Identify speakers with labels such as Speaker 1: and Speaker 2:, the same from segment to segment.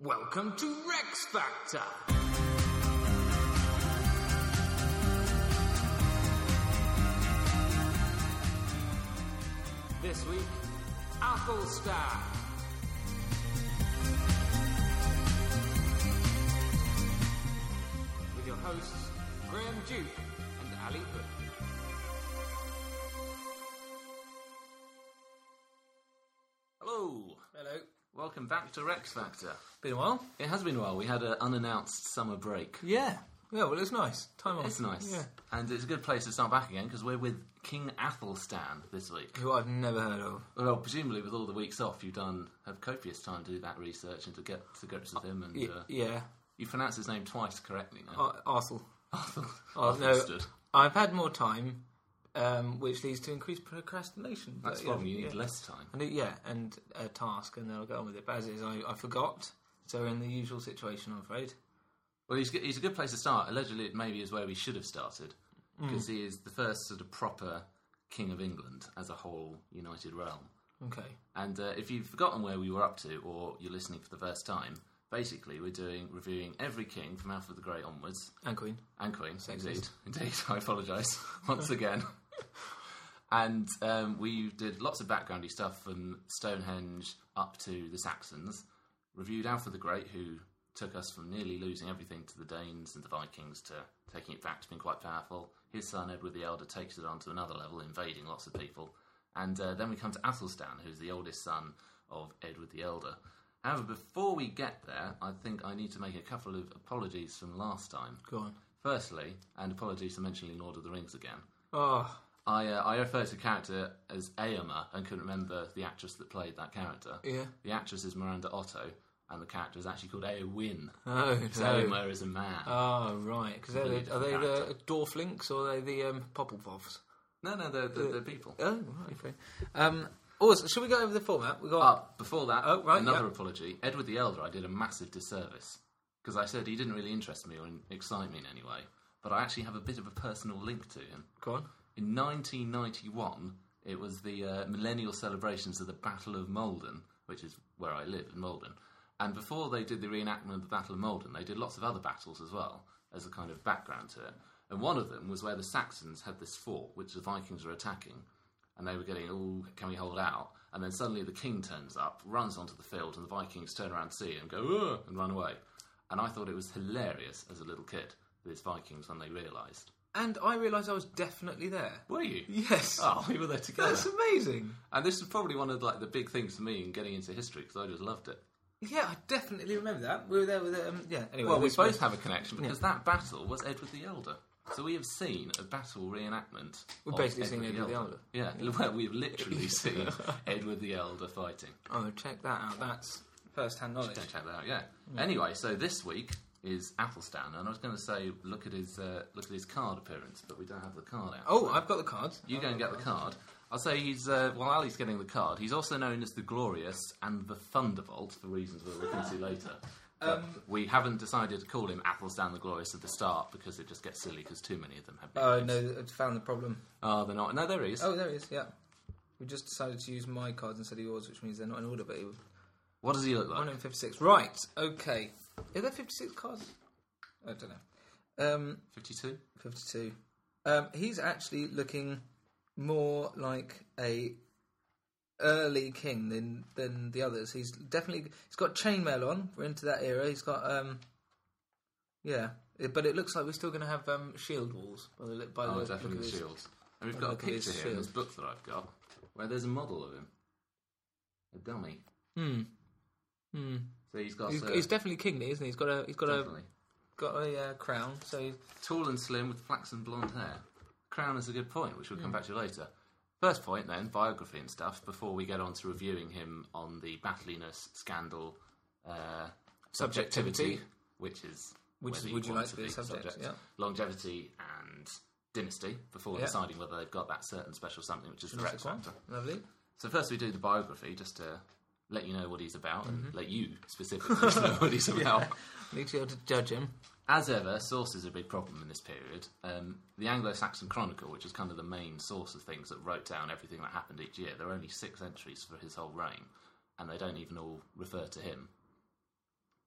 Speaker 1: Welcome to Rex Factor. This week, Athelstan. With your hosts, Graham Duke and Ali Hood. Hello. Hello. Welcome back to Rex Factor.
Speaker 2: Been a while.
Speaker 1: It has been a while. We had an unannounced summer break.
Speaker 2: Yeah. Yeah. Well, it's nice. Time off.
Speaker 1: It's nice.
Speaker 2: Yeah.
Speaker 1: And it's a good place to start back again because we're with King Athelstan this week.
Speaker 2: Who I've never heard of.
Speaker 1: Well, presumably with all the weeks off, you've done have copious time to do that research and to get to grips with him. And
Speaker 2: Y-
Speaker 1: uh,
Speaker 2: yeah. Oh,
Speaker 1: you pronounce his name twice correctly now.
Speaker 2: Ar- Arsel.
Speaker 1: Athel-
Speaker 2: Oh, no.
Speaker 1: Athelstan.
Speaker 2: I've had more time, um, which leads to increased procrastination. but,
Speaker 1: That's
Speaker 2: you know,
Speaker 1: wrong. You need
Speaker 2: yeah.
Speaker 1: less time.
Speaker 2: And it- yeah, and a task, and then I'll get on with it. But as it is, I, I forgot. So we're in the usual situation, I'm afraid.
Speaker 1: Well, he's, g- he's a good place to start. Allegedly, it maybe is where we should have started
Speaker 2: Mm.
Speaker 1: because he is the first sort of proper King of England as a whole united realm.
Speaker 2: Okay.
Speaker 1: And uh, if you've forgotten where we were up to, or you're listening for the first time, basically we're doing reviewing every king from Alfred the Great onwards,
Speaker 2: And Queen.
Speaker 1: and Queen. Indeed, indeed. I apologise once again. and um, we did lots of backgroundy stuff from Stonehenge up to the Saxons. Reviewed Alfred the Great, who took us from nearly losing everything to the Danes and the Vikings to taking it back to being quite powerful. His son Edward the Elder takes it on to another level, invading lots of people. And uh, then we come to Athelstan, who's the oldest son of Edward the Elder. However, before we get there, I think I need to make a couple of apologies from last time.
Speaker 2: Go on.
Speaker 1: Firstly, and apologies for mentioning Lord of the Rings again,
Speaker 2: Oh,
Speaker 1: I uh, I referred to the character as Aomer and couldn't remember the actress that played that character.
Speaker 2: Yeah.
Speaker 1: The actress is Miranda Otto, and the character is actually called Eowyn.
Speaker 2: no.
Speaker 1: Because
Speaker 2: Oh, no.
Speaker 1: Aomer is a man.
Speaker 2: Oh, right. Because are
Speaker 1: Completely
Speaker 2: they, are they the
Speaker 1: different
Speaker 2: Dorflinks or are they the um, Popplepoffs?
Speaker 1: no, no, they're, they're, they're people.
Speaker 2: Oh, right, okay. Um, also, should we go over the format? We got
Speaker 1: But before that,
Speaker 2: Oh, right,
Speaker 1: another
Speaker 2: yeah.
Speaker 1: apology. Edward the Elder, I did a massive disservice because I said he didn't really interest me or in- excite me in any way. But I actually have a bit of a personal link to him.
Speaker 2: Go on.
Speaker 1: In 1991, it was the uh, millennial celebrations of the Battle of Malden, which is where I live in Malden. And before they did the reenactment of the Battle of Malden, they did lots of other battles as well as a kind of background to it. And one of them was where the Saxons had this fort, which the Vikings were attacking, and they were getting, oh, can we hold out? And then suddenly the king turns up, runs onto the field, and the Vikings turn around to see him and go, "Ugh," and run away. And I thought it was hilarious as a little kid, these Vikings, when they realised.
Speaker 2: And I realised I was definitely there.
Speaker 1: Were you?
Speaker 2: Yes.
Speaker 1: Oh, we were there together.
Speaker 2: That's amazing.
Speaker 1: And this is probably one of like the big things for me in getting into history because I just loved it.
Speaker 2: Yeah, I definitely remember that. We were there with um, yeah. Anyway,
Speaker 1: Well, we
Speaker 2: this
Speaker 1: both
Speaker 2: was-
Speaker 1: have a connection because that battle was Edward the Elder. So we have seen a battle reenactment.
Speaker 2: We're
Speaker 1: of
Speaker 2: basically seeing Edward the Elder.
Speaker 1: Yeah, well, we've literally seen Edward the Elder fighting.
Speaker 2: Oh, check that out. That's first-hand knowledge.
Speaker 1: Check that out, yeah. Anyway, so this week is Athelstan, and I was going to say look at his uh, look at his card appearance, but we don't have the card out.
Speaker 2: Oh, I've got the cards.
Speaker 1: You go and get the card. I'll say he's, uh, while Ali's getting the card, he's also known as the Glorious and the Thunderbolt, for reasons we'll look into later. But
Speaker 2: Um,
Speaker 1: we haven't decided to call him Athelstan the Glorious at the start because it just gets silly because too many of them have been.
Speaker 2: Oh no, I found the problem.
Speaker 1: Oh, they're not. No, there he is.
Speaker 2: Oh, there he is. Yeah, we just decided to use my cards instead of yours, which means they're not in order. But it was
Speaker 1: What does he look like?
Speaker 2: 156. Right. Okay. Are there 56 cards? I don't know. Um,
Speaker 1: 52?
Speaker 2: 52. Um, he's actually looking more like a early king than than the others. He's definitely he's got chainmail on. We're into that era. He's got um, yeah. It- but it looks like we're still going to have um, shield walls by the look by the
Speaker 1: Oh,
Speaker 2: look
Speaker 1: definitely
Speaker 2: of
Speaker 1: the
Speaker 2: this.
Speaker 1: shields. And we've
Speaker 2: Oh,
Speaker 1: got a
Speaker 2: look at his
Speaker 1: picture here in this
Speaker 2: shield.
Speaker 1: book that I've got where there's a model of him, a dummy.
Speaker 2: Hmm. Hmm.
Speaker 1: So he's got
Speaker 2: He's,
Speaker 1: a,
Speaker 2: he's definitely king, isn't he? He's got a he's got
Speaker 1: definitely
Speaker 2: a got a uh, crown. So he's,
Speaker 1: tall and slim with flaxen blonde hair. Crown is a good point, which we'll
Speaker 2: Hmm.
Speaker 1: come back to later. First point, then, biography and stuff, before we get on to reviewing him on the battliness scandal uh, subjectivity,
Speaker 2: Subjectivity.
Speaker 1: which is.
Speaker 2: Which
Speaker 1: whether
Speaker 2: is- would you
Speaker 1: want
Speaker 2: like to be a subject, yeah.
Speaker 1: Longevity and dynasty, before
Speaker 2: Yeah.
Speaker 1: deciding whether they've got that certain special something, which is the Rex
Speaker 2: One.
Speaker 1: factor.
Speaker 2: lovely.
Speaker 1: So, first we do the biography, just to let you know what he's about,
Speaker 2: Mm-hmm.
Speaker 1: and let you specifically know what he's about.
Speaker 2: Need to be able to judge him.
Speaker 1: As ever, source is a big problem in this period. Um, the Anglo-Saxon Chronicle, which is kind of the main source of things that wrote down everything that happened each year, there are only six entries for his whole reign, and they don't even all refer to him.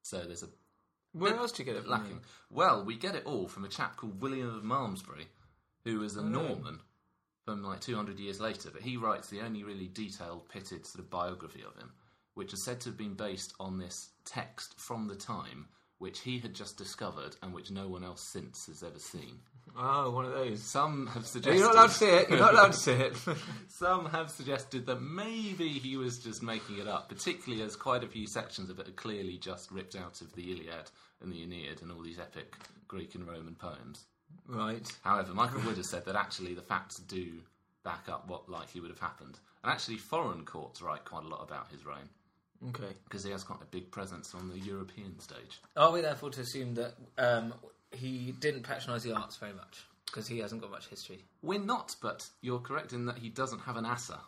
Speaker 1: So there's a
Speaker 2: Where
Speaker 1: bit
Speaker 2: else do you get it from?
Speaker 1: lacking. Well, we get it all from a chap called William of Malmesbury, who is a
Speaker 2: Mm.
Speaker 1: Norman from like 200 years later, but he writes the only really detailed, pitted sort of biography of him, which is said to have been based on this text from the time which he had just discovered and which no one else since has ever seen.
Speaker 2: Oh, one of those.
Speaker 1: Some have
Speaker 2: You're
Speaker 1: suggested
Speaker 2: not allowed to see it. You're not allowed to see it.
Speaker 1: Some have suggested that maybe he was just making it up, particularly as quite a few sections of it are clearly just ripped out of the Iliad and the Aeneid and all these epic Greek and Roman poems.
Speaker 2: right.
Speaker 1: However, Michael Wood has said that actually the facts do back up what likely would have happened. And actually, foreign courts write quite a lot about his reign
Speaker 2: Okay.
Speaker 1: because he has quite a big presence on the European stage.
Speaker 2: Are we therefore to assume that um, he didn't patronise the arts very much because he hasn't got much history?
Speaker 1: We're not, but you're correct in that he doesn't have an assa,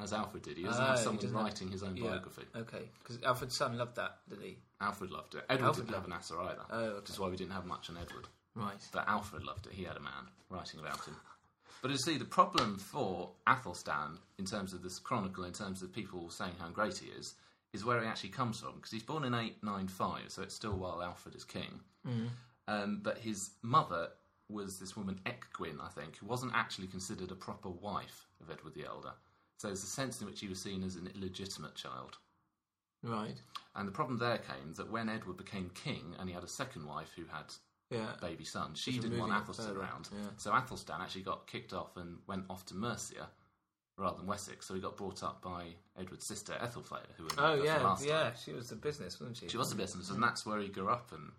Speaker 1: as Alfred did. He doesn't
Speaker 2: Oh,
Speaker 1: have
Speaker 2: he
Speaker 1: someone
Speaker 2: doesn't have-
Speaker 1: writing his own biography.
Speaker 2: Okay, because Alfred's son loved that, did he?
Speaker 1: Alfred loved it. Edward
Speaker 2: Alfred
Speaker 1: didn't have
Speaker 2: loved
Speaker 1: an assa either,
Speaker 2: Oh,
Speaker 1: which is why we didn't have much on Edward.
Speaker 2: Right.
Speaker 1: But Alfred loved it. He had a man writing about him. But you see, the problem for Athelstan, in terms of this chronicle, in terms of people saying how great he is, is where he actually comes from. Because he's born in 895, so it's still while Alfred is king.
Speaker 2: Mm.
Speaker 1: Um, but his mother was this woman, Ecgwin, I think, who wasn't actually considered a proper wife of Edward the Elder. So there's a sense in which he was seen as an illegitimate child.
Speaker 2: Right.
Speaker 1: And the problem there came that when Edward became king and he had a second wife who had
Speaker 2: Yeah.
Speaker 1: baby son. She
Speaker 2: Just
Speaker 1: didn't want
Speaker 2: moving it
Speaker 1: Athelstan
Speaker 2: further,
Speaker 1: around.
Speaker 2: yeah.
Speaker 1: So Athelstan actually got kicked off and went off to Mercia rather than Wessex. So he got brought up by Edward's sister Ethelfleda, who we
Speaker 2: Oh
Speaker 1: met the
Speaker 2: yeah,
Speaker 1: last
Speaker 2: yeah.
Speaker 1: time.
Speaker 2: She was the business, wasn't she?
Speaker 1: She was a business, and that's where he grew up and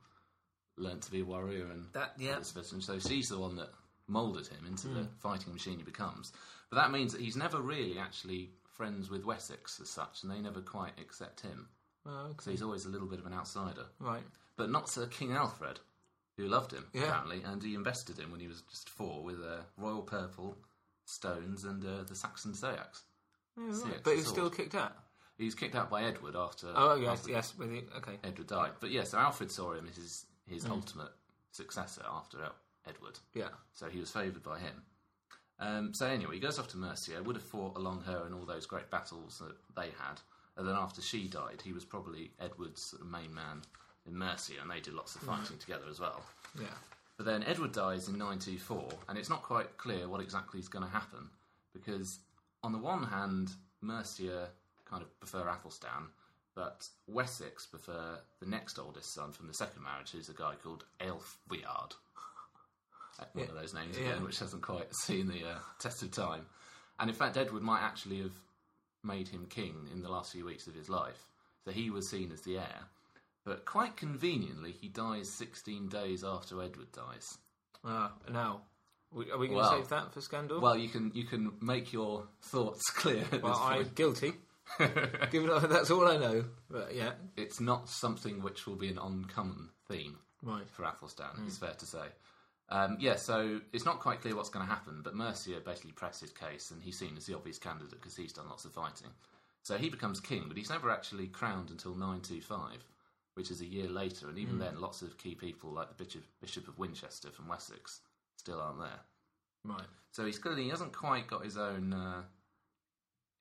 Speaker 1: learnt to be a warrior and
Speaker 2: That- yeah. Hmm.
Speaker 1: all this business. So she's the one that moulded him into the fighting machine he becomes. But that means that he's never really actually friends with Wessex as such, and they never quite accept him.
Speaker 2: Oh,
Speaker 1: So
Speaker 2: okay.
Speaker 1: he's always a little bit of an outsider
Speaker 2: Right.
Speaker 1: but not Sir King Alfred, who loved him
Speaker 2: Yeah.
Speaker 1: apparently, and he invested him when he was just four with uh, royal purple stones and uh, the Saxon sayax.
Speaker 2: Yeah,
Speaker 1: Six,
Speaker 2: right. But he was
Speaker 1: sword.
Speaker 2: still kicked out.
Speaker 1: He was kicked out by Edward after.
Speaker 2: Oh yes,
Speaker 1: after
Speaker 2: yes. With it. Okay.
Speaker 1: Edward died, but yeah, so Alfred saw him as his his
Speaker 2: Mm.
Speaker 1: ultimate successor after El- Edward.
Speaker 2: Yeah.
Speaker 1: So he was favoured by him. Um, so anyway, he goes off to Mercia, would have fought along her in all those great battles that they had. And then after she died, he was probably Edward's sort of main man in Mercia, and they did lots
Speaker 2: Mm.
Speaker 1: of fighting together as well.
Speaker 2: Yeah.
Speaker 1: But then Edward dies in 924, and it's not quite clear what exactly is going to happen because, on the one hand, Mercia kind of prefer Athelstan, but Wessex prefer the next oldest son from the second marriage, who's a guy called Aelfweard. One of those names again,
Speaker 2: Yeah.
Speaker 1: which hasn't quite seen the uh, test of time. And in fact, Edward might actually have made him king in the last few weeks of his life, so he was seen as the heir. But quite conveniently, he dies 16 days after Edward dies.
Speaker 2: Ah, now, we- are we going to
Speaker 1: Well.
Speaker 2: save that for scandal?
Speaker 1: Well, you can you can make your thoughts clear. At
Speaker 2: well
Speaker 1: this
Speaker 2: I'm
Speaker 1: point.
Speaker 2: guilty. Given up, that's all I know. But yeah.
Speaker 1: It's not something which will be an uncommon theme
Speaker 2: Right. Hmm.
Speaker 1: for Athelstan. It's fair to say. Um, yeah, so it's not quite clear what's going to happen, but Mercia basically pressed his case, and he's seen as the obvious candidate because he's done lots of fighting. So he becomes king, but he's never actually crowned until 925, which is a year later, and
Speaker 2: Hmm.
Speaker 1: even then, lots of key people like the Bishop, Bishop of Winchester from Wessex still aren't there.
Speaker 2: Right.
Speaker 1: So he's clearly he hasn't quite got his own uh,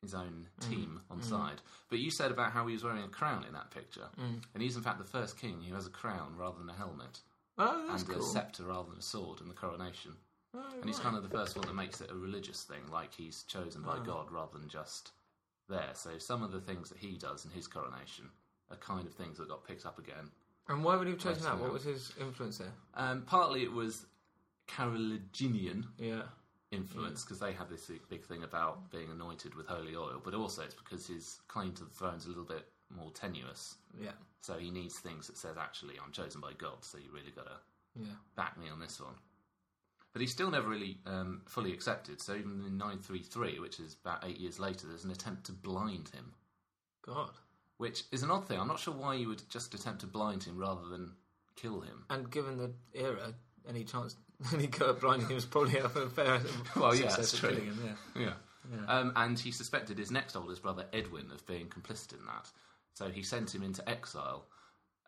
Speaker 1: his own team on side. But you said about how he was wearing a crown in that picture, and he's in fact the first king who has a crown rather than a helmet,
Speaker 2: Oh, that's
Speaker 1: and
Speaker 2: cool. Oh,
Speaker 1: a scepter rather than a sword in the coronation. and he's kind of the first one that makes it a religious thing, like he's chosen by God rather than just there. So some of the things that he does in his coronation are kind of things that got picked up again.
Speaker 2: And why would he have chosen
Speaker 1: Right,
Speaker 2: that? What
Speaker 1: so-
Speaker 2: was his influence there?
Speaker 1: Um, partly it was Carolingian
Speaker 2: Yeah.
Speaker 1: influence because they have this big thing about being anointed with holy oil, but also it's because his claim to the throne's a little bit more tenuous.
Speaker 2: Yeah.
Speaker 1: So he needs things that says, actually, I'm chosen by God, so you really got to
Speaker 2: Yeah.
Speaker 1: back me on this one. But he's still never really um, fully accepted. So even in 933, which is about eight years later, there's an attempt to blind him,
Speaker 2: God.
Speaker 1: which is an odd thing. I'm not sure why you would just attempt to blind him rather than kill him.
Speaker 2: And given the era, any chance any go at blinding him is probably a fair
Speaker 1: Well, yeah,
Speaker 2: success
Speaker 1: that's
Speaker 2: at
Speaker 1: true.
Speaker 2: killing him, yeah.
Speaker 1: Yeah. Um, and he suspected his next oldest brother, Edwin, of being complicit in that. So he sent him into exile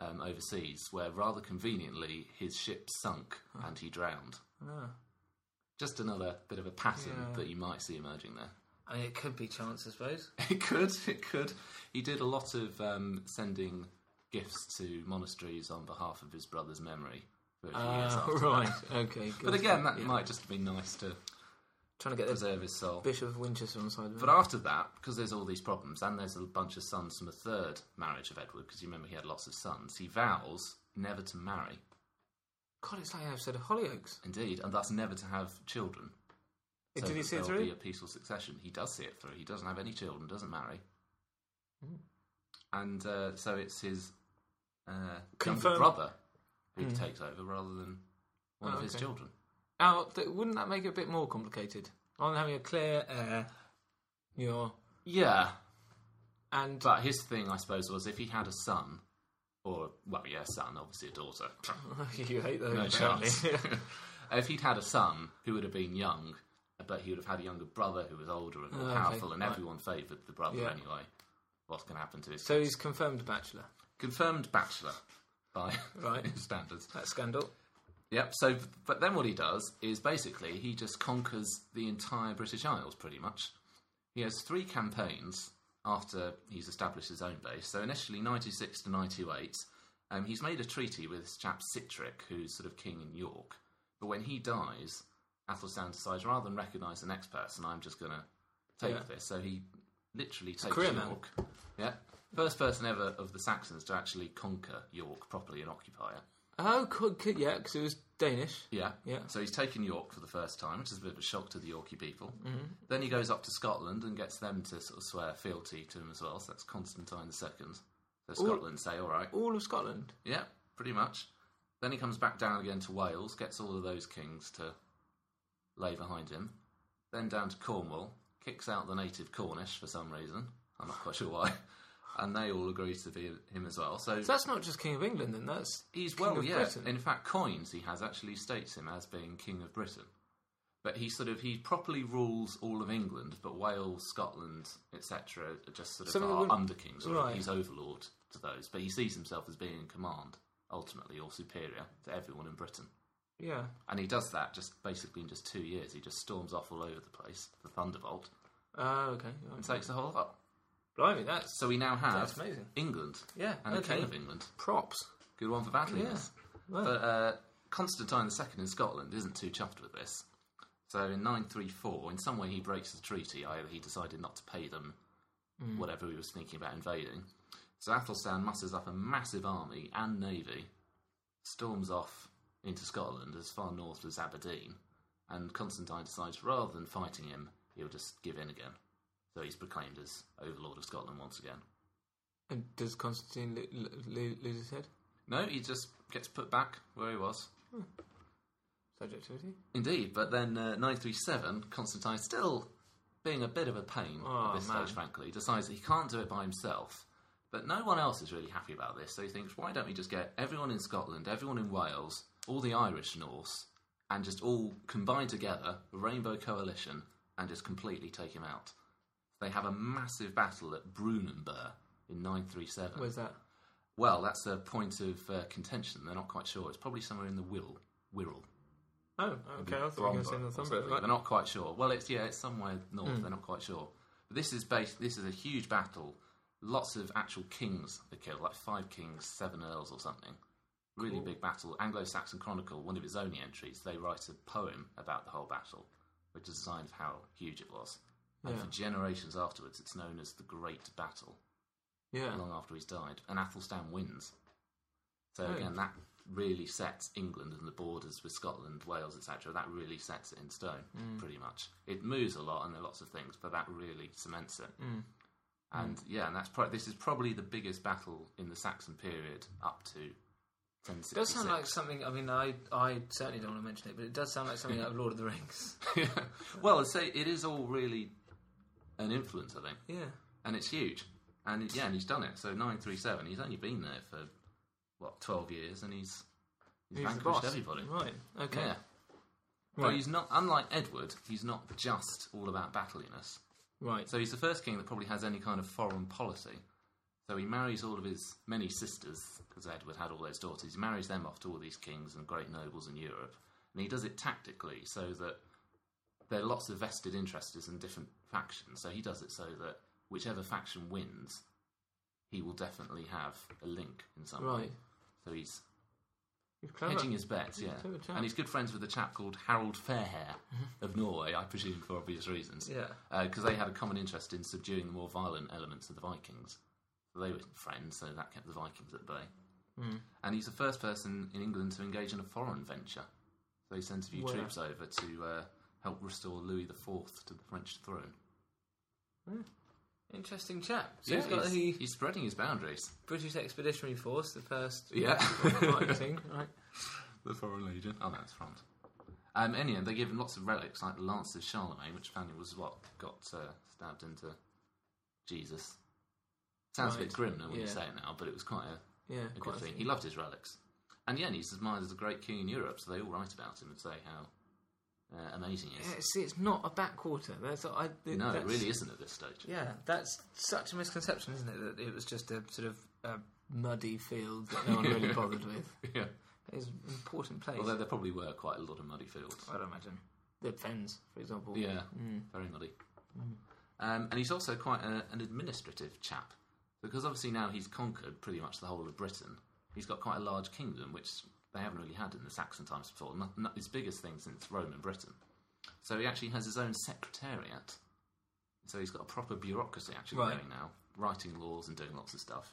Speaker 1: um, overseas, where rather conveniently his ship sunk and he drowned.
Speaker 2: Ah.
Speaker 1: Just another bit of a pattern
Speaker 2: Yeah.
Speaker 1: that you might see emerging there.
Speaker 2: I mean, it could be chance, I suppose.
Speaker 1: It could, it could. He did a lot of um, sending gifts to monasteries on behalf of his brother's memory. for a few years
Speaker 2: Ah,
Speaker 1: after that.
Speaker 2: right. Okay. Good.
Speaker 1: But again, that
Speaker 2: Yeah.
Speaker 1: might just be nice to
Speaker 2: trying to get the
Speaker 1: preserve his soul.
Speaker 2: Bishop of Winchester on the side. Of
Speaker 1: But after that, because there's all these problems, and there's a bunch of sons from a third marriage of Edward, because you remember he had lots of sons, he vows never to marry,
Speaker 2: God, it's like an episode of Hollyoaks.
Speaker 1: indeed, and thus never to have children. So
Speaker 2: Did he
Speaker 1: that
Speaker 2: see it
Speaker 1: there'll
Speaker 2: through?
Speaker 1: be a peaceful succession. He does see it through. He doesn't have any children, doesn't marry. And uh, so it's his uh, younger
Speaker 2: Confirmed.
Speaker 1: brother who takes over rather than one
Speaker 2: Mm-hmm. Oh,
Speaker 1: of his
Speaker 2: okay.
Speaker 1: children.
Speaker 2: Now, th- wouldn't that make it a bit more complicated? On having a clear heir, you're
Speaker 1: Yeah,
Speaker 2: and
Speaker 1: But his thing, I suppose, was if he had a son, or, well, yeah, son, obviously a daughter.
Speaker 2: you hate those.
Speaker 1: no
Speaker 2: apparently.
Speaker 1: chance. if he'd had a son who would have been young, but he would have had a younger brother who was older and more
Speaker 2: Oh, okay.
Speaker 1: powerful, and
Speaker 2: Right.
Speaker 1: everyone favoured the brother
Speaker 2: Yeah.
Speaker 1: anyway. What's going to happen to his
Speaker 2: so
Speaker 1: kids?
Speaker 2: he's confirmed bachelor.
Speaker 1: confirmed bachelor by
Speaker 2: Right.
Speaker 1: his standards.
Speaker 2: That scandal.
Speaker 1: Yep. So, but then what he does is basically he just conquers the entire British Isles, pretty much. He has three campaigns after he's established his own base. So initially, ninety six to ninety eight, um, he's made a treaty with this chap Sitrick, who's sort of king in York. But when he dies, Athelstan decides rather than recognise the next person, I'm just going to take
Speaker 2: Yeah.
Speaker 1: this. So he literally takes
Speaker 2: career man.
Speaker 1: York. Yeah. First person ever of the Saxons to actually conquer York properly and occupy it.
Speaker 2: Oh, could, could, yeah, because it was Danish.
Speaker 1: Yeah.
Speaker 2: Yeah.
Speaker 1: So he's taken York for the first time, which is a bit of a shock to the Yorkie people. Then he goes up to Scotland and gets them to sort of swear fealty to him as well. So that's Constantine II. So Scotland say, all right.
Speaker 2: All of Scotland.
Speaker 1: Yeah, pretty much. Then he comes back down again to Wales, gets all of those kings to lay behind him. Then down to Cornwall, kicks out the native Cornish for some reason. I'm not quite sure why. And they all agree to be him as well. So,
Speaker 2: So that's not just King of England, then. That's
Speaker 1: He's
Speaker 2: King
Speaker 1: well,
Speaker 2: of
Speaker 1: yeah.
Speaker 2: Britain.
Speaker 1: In fact, coins he has actually states him as being king of Britain. But he sort of he properly rules all of England, but Wales, Scotland, etc. are just sort of
Speaker 2: Some of
Speaker 1: are
Speaker 2: them-
Speaker 1: under kings. Or
Speaker 2: right.
Speaker 1: He's overlord to those, but he sees himself as being in command ultimately or superior to everyone in Britain.
Speaker 2: yeah.
Speaker 1: And he does that just basically in just two years. He just storms off all over the place, the Thunderbolt,
Speaker 2: Oh, okay.
Speaker 1: and takes the whole lot.
Speaker 2: Blimey, that's
Speaker 1: So we now have
Speaker 2: That's amazing.
Speaker 1: England
Speaker 2: Yeah,
Speaker 1: and the
Speaker 2: okay.
Speaker 1: King of England.
Speaker 2: props.
Speaker 1: Good one for battling
Speaker 2: Yeah.
Speaker 1: us.
Speaker 2: Well.
Speaker 1: But uh, Constantine II in Scotland isn't too chuffed with this. So in 934, in some way he breaks the treaty. Either he decided not to pay them whatever he was thinking about invading. So Athelstan musters up a massive army and navy, storms off into Scotland as far north as Aberdeen, and Constantine decides rather than fighting him, he'll just give in again. So he's proclaimed as overlord of Scotland once again.
Speaker 2: And does Constantine lo- lo- lo- lose his head?
Speaker 1: No, he just gets put back where he was.
Speaker 2: Subjectivity.
Speaker 1: Indeed, but then uh, 937, Constantine, still being a bit of a pain
Speaker 2: Oh,
Speaker 1: at this
Speaker 2: man.
Speaker 1: stage, frankly, decides that he can't do it by himself. But no one else is really happy about this, so he thinks, why don't we just get everyone in Scotland, everyone in Wales, all the Irish Norse, and just all combine together, a rainbow coalition, and just completely take him out. They have a massive battle at Brunanburh in 937.
Speaker 2: Where's that?
Speaker 1: Well, that's a point of uh, contention. They're not quite sure. It's probably somewhere in the Wirral. Wirral.
Speaker 2: Oh, okay. I thought you were going to say Hmm.
Speaker 1: Thromborough
Speaker 2: the
Speaker 1: or
Speaker 2: Thumber.
Speaker 1: something. They're not quite sure. Well, it's yeah, it's somewhere north. They're not quite sure. But this is based. This is a huge battle. Lots of actual kings are killed, like five kings, seven earls, or something. Really big battle. Anglo-Saxon Chronicle, one of its only entries, they write a poem about the whole battle, which is a sign of how huge it was. And
Speaker 2: Yeah.
Speaker 1: for generations afterwards, it's known as the Great Battle,
Speaker 2: Yeah.
Speaker 1: long after he's died. And Athelstan wins. So
Speaker 2: Oh.
Speaker 1: again, that really sets England and the borders with Scotland, Wales, etc. That really sets it in stone,
Speaker 2: Mm.
Speaker 1: pretty much. It moves a lot and there are lots of things, but that really cements it.
Speaker 2: Mm.
Speaker 1: And yeah, and that's pro- this is probably the biggest battle in the Saxon period up to 1066.
Speaker 2: It does sound like something. I mean, I I certainly don't want to mention it, but it does sound like something out of Lord of the Rings.
Speaker 1: well, I'd say it is all really an influence, I think,
Speaker 2: Yeah.
Speaker 1: and it's huge. And yeah, and he's done it. So nine three seven. He's only been there for what twelve years, and he's
Speaker 2: Who's
Speaker 1: he's,
Speaker 2: the
Speaker 1: vanquished
Speaker 2: boss?
Speaker 1: everybody.
Speaker 2: Right. Okay.
Speaker 1: Yeah. But he's not unlike Edward. He's not just all about battliness.
Speaker 2: Right.
Speaker 1: So he's the first king that probably has any kind of foreign policy. So he marries all of his many sisters, because Edward had all those daughters. He marries them off to all these kings and great nobles in Europe. And he does it tactically so that there are lots of vested interests in different factions. So he does it so that whichever faction wins, he will definitely have a link in some way.
Speaker 2: right.
Speaker 1: So he's
Speaker 2: He's clever.
Speaker 1: hedging his bets, yeah.
Speaker 2: clever chap. Mm-hmm.
Speaker 1: And he's good friends with a chap called Harold Fairhair of Norway, I presume for obvious reasons.
Speaker 2: Yeah.
Speaker 1: Because they had a common interest in subduing the more violent elements of the Vikings. So they were friends, so that kept the Vikings at bay.
Speaker 2: Hmm.
Speaker 1: And he's the first person in England to engage in a foreign venture. So he sends a few
Speaker 2: Where?
Speaker 1: troops over to uh, help restore Louis IV to the French throne.
Speaker 2: Hmm. Interesting chap. So
Speaker 1: Yeah,
Speaker 2: he's got
Speaker 1: he's,
Speaker 2: the
Speaker 1: he's spreading his boundaries.
Speaker 2: British Expeditionary Force, the first.
Speaker 1: Yeah.
Speaker 2: Right, thing, right.
Speaker 1: The Foreign Legion. Oh, that's France. Um, anyhow, they give him lots of relics, like the Lance of Charlemagne, which apparently was what got uh, stabbed into Jesus. Sounds a bit
Speaker 2: Right.
Speaker 1: grim now when you
Speaker 2: Yeah.
Speaker 1: say it now, but it was quite a,
Speaker 2: Yeah.
Speaker 1: a
Speaker 2: quite
Speaker 1: good
Speaker 2: a
Speaker 1: thing.
Speaker 2: thing.
Speaker 1: He loved his relics. And yeah, and he's admired as a great king in Europe, so they all write about him and say how uh, amazing he
Speaker 2: Yeah,
Speaker 1: is.
Speaker 2: see, it's not a backwater. That's I. It,
Speaker 1: no, it
Speaker 2: that's-
Speaker 1: really isn't at this stage.
Speaker 2: Yeah, that's such a misconception, isn't it? That it was just a sort of a muddy field that no one really bothered with.
Speaker 1: yeah.
Speaker 2: It's an important place.
Speaker 1: Although there probably were quite a lot of muddy fields.
Speaker 2: I'd imagine the fens, for example. Mm.
Speaker 1: Yeah, very muddy. Um, and he's also quite a, an administrative chap because obviously now he's conquered pretty much the whole of Britain. He's got quite a large kingdom, which they haven't really had in the Saxon times before. Not, not his biggest thing since Rome and Britain. So he actually has his own secretariat. So he's got a proper bureaucracy actually
Speaker 2: Right.
Speaker 1: going now, writing laws and doing lots of stuff.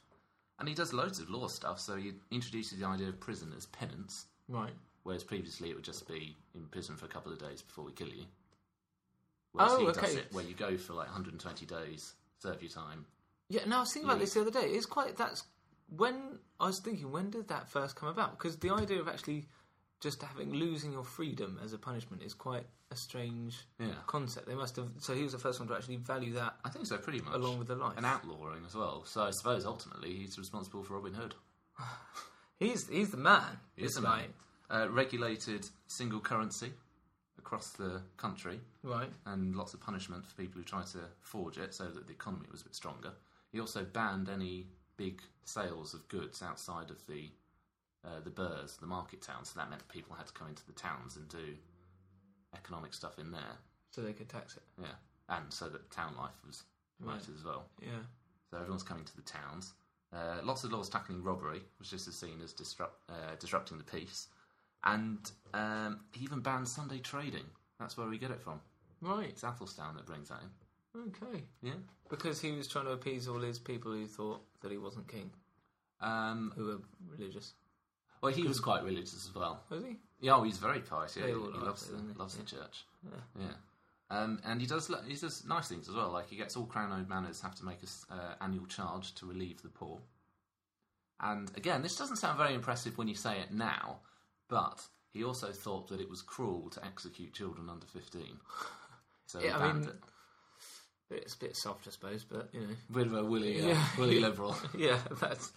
Speaker 1: And he does loads of law stuff. So he introduces the idea of prison as penance,
Speaker 2: Right.
Speaker 1: whereas previously it would just be in prison for a couple of days before we kill you.
Speaker 2: Oh,
Speaker 1: he does
Speaker 2: okay.
Speaker 1: it where you go for like 120 days, serve your time.
Speaker 2: Yeah. No, I was thinking about this the other day. It's quite. That's when I was thinking. When did that first come about? Because the idea of actually just having losing your freedom as a punishment is quite a strange
Speaker 1: Yeah.
Speaker 2: concept. They must have. So he was the first one to actually value that.
Speaker 1: I think so, pretty much.
Speaker 2: Along with the life.
Speaker 1: And outlawing as well. So I suppose ultimately he's responsible for Robin Hood.
Speaker 2: He's he's the man.
Speaker 1: He is
Speaker 2: This
Speaker 1: a
Speaker 2: guy.
Speaker 1: man. Uh, regulated single currency across the country
Speaker 2: Right.
Speaker 1: and lots of punishment for people who tried to forge it so that the economy was a bit stronger. He also banned any big sales of goods outside of the uh, the burrs, the market towns. So that meant people had to come into the towns and do economic stuff in there.
Speaker 2: So they could tax it.
Speaker 1: Yeah, and so that town life was promoted as well.
Speaker 2: Yeah.
Speaker 1: So everyone's coming to the towns. Uh, lots of laws tackling robbery, which is seen as disrupt, uh, disrupting the peace. And um, he even banned Sunday trading. That's where we get it from.
Speaker 2: Right.
Speaker 1: It's Athelstan that brings that in.
Speaker 2: Okay.
Speaker 1: Yeah.
Speaker 2: Because he was trying to appease all his people who thought that he wasn't king,
Speaker 1: Um,
Speaker 2: who were religious.
Speaker 1: well, he was quite religious as well.
Speaker 2: Was he?
Speaker 1: Yeah, oh, he's very pious. Yeah,
Speaker 2: They
Speaker 1: he,
Speaker 2: all
Speaker 1: he
Speaker 2: are,
Speaker 1: loves the,
Speaker 2: don't they?
Speaker 1: loves the church. Yeah. Um, and he does lo- he does nice things as well. Like he gets all Crown Ode manors have to make us uh, annual charge to relieve the poor. And again, this doesn't sound very impressive when you say it now, but he also thought that it was cruel to execute children under fifteen. So
Speaker 2: Yeah,
Speaker 1: he
Speaker 2: I
Speaker 1: banned
Speaker 2: mean-
Speaker 1: it.
Speaker 2: But It's a bit soft, I suppose. But you know,
Speaker 1: Bit of a willy, uh,
Speaker 2: Yeah.
Speaker 1: willy liberal.
Speaker 2: yeah, that's,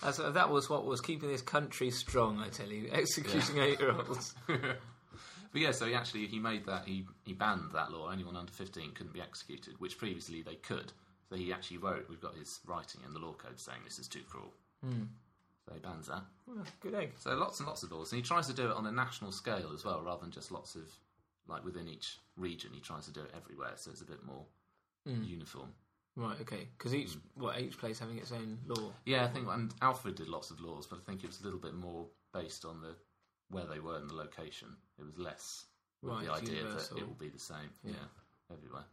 Speaker 2: that's that was what was keeping this country strong. I tell you, executing eight-year-olds.
Speaker 1: But yeah, so he actually he made that he he banned that law. Anyone under fifteen couldn't be executed, which previously they could. So he actually wrote. We've got his writing in the law code saying this is too cruel. So he bans that.
Speaker 2: Hmm. Well, Good egg.
Speaker 1: So lots and lots of laws, and he tries to do it on a national scale as well, rather than just lots of like within each region. He tries to do it everywhere, so it's a bit more
Speaker 2: Hmm.
Speaker 1: uniform.
Speaker 2: Right. Okay. Because each
Speaker 1: Mm.
Speaker 2: what each place having its own law.
Speaker 1: Yeah, I think and Alfred did lots of laws, but I think it was a little bit more based on the where they were and the location. It was less with
Speaker 2: Right,
Speaker 1: the idea that
Speaker 2: universal. Hmm.
Speaker 1: it will be the same. Yeah, everywhere.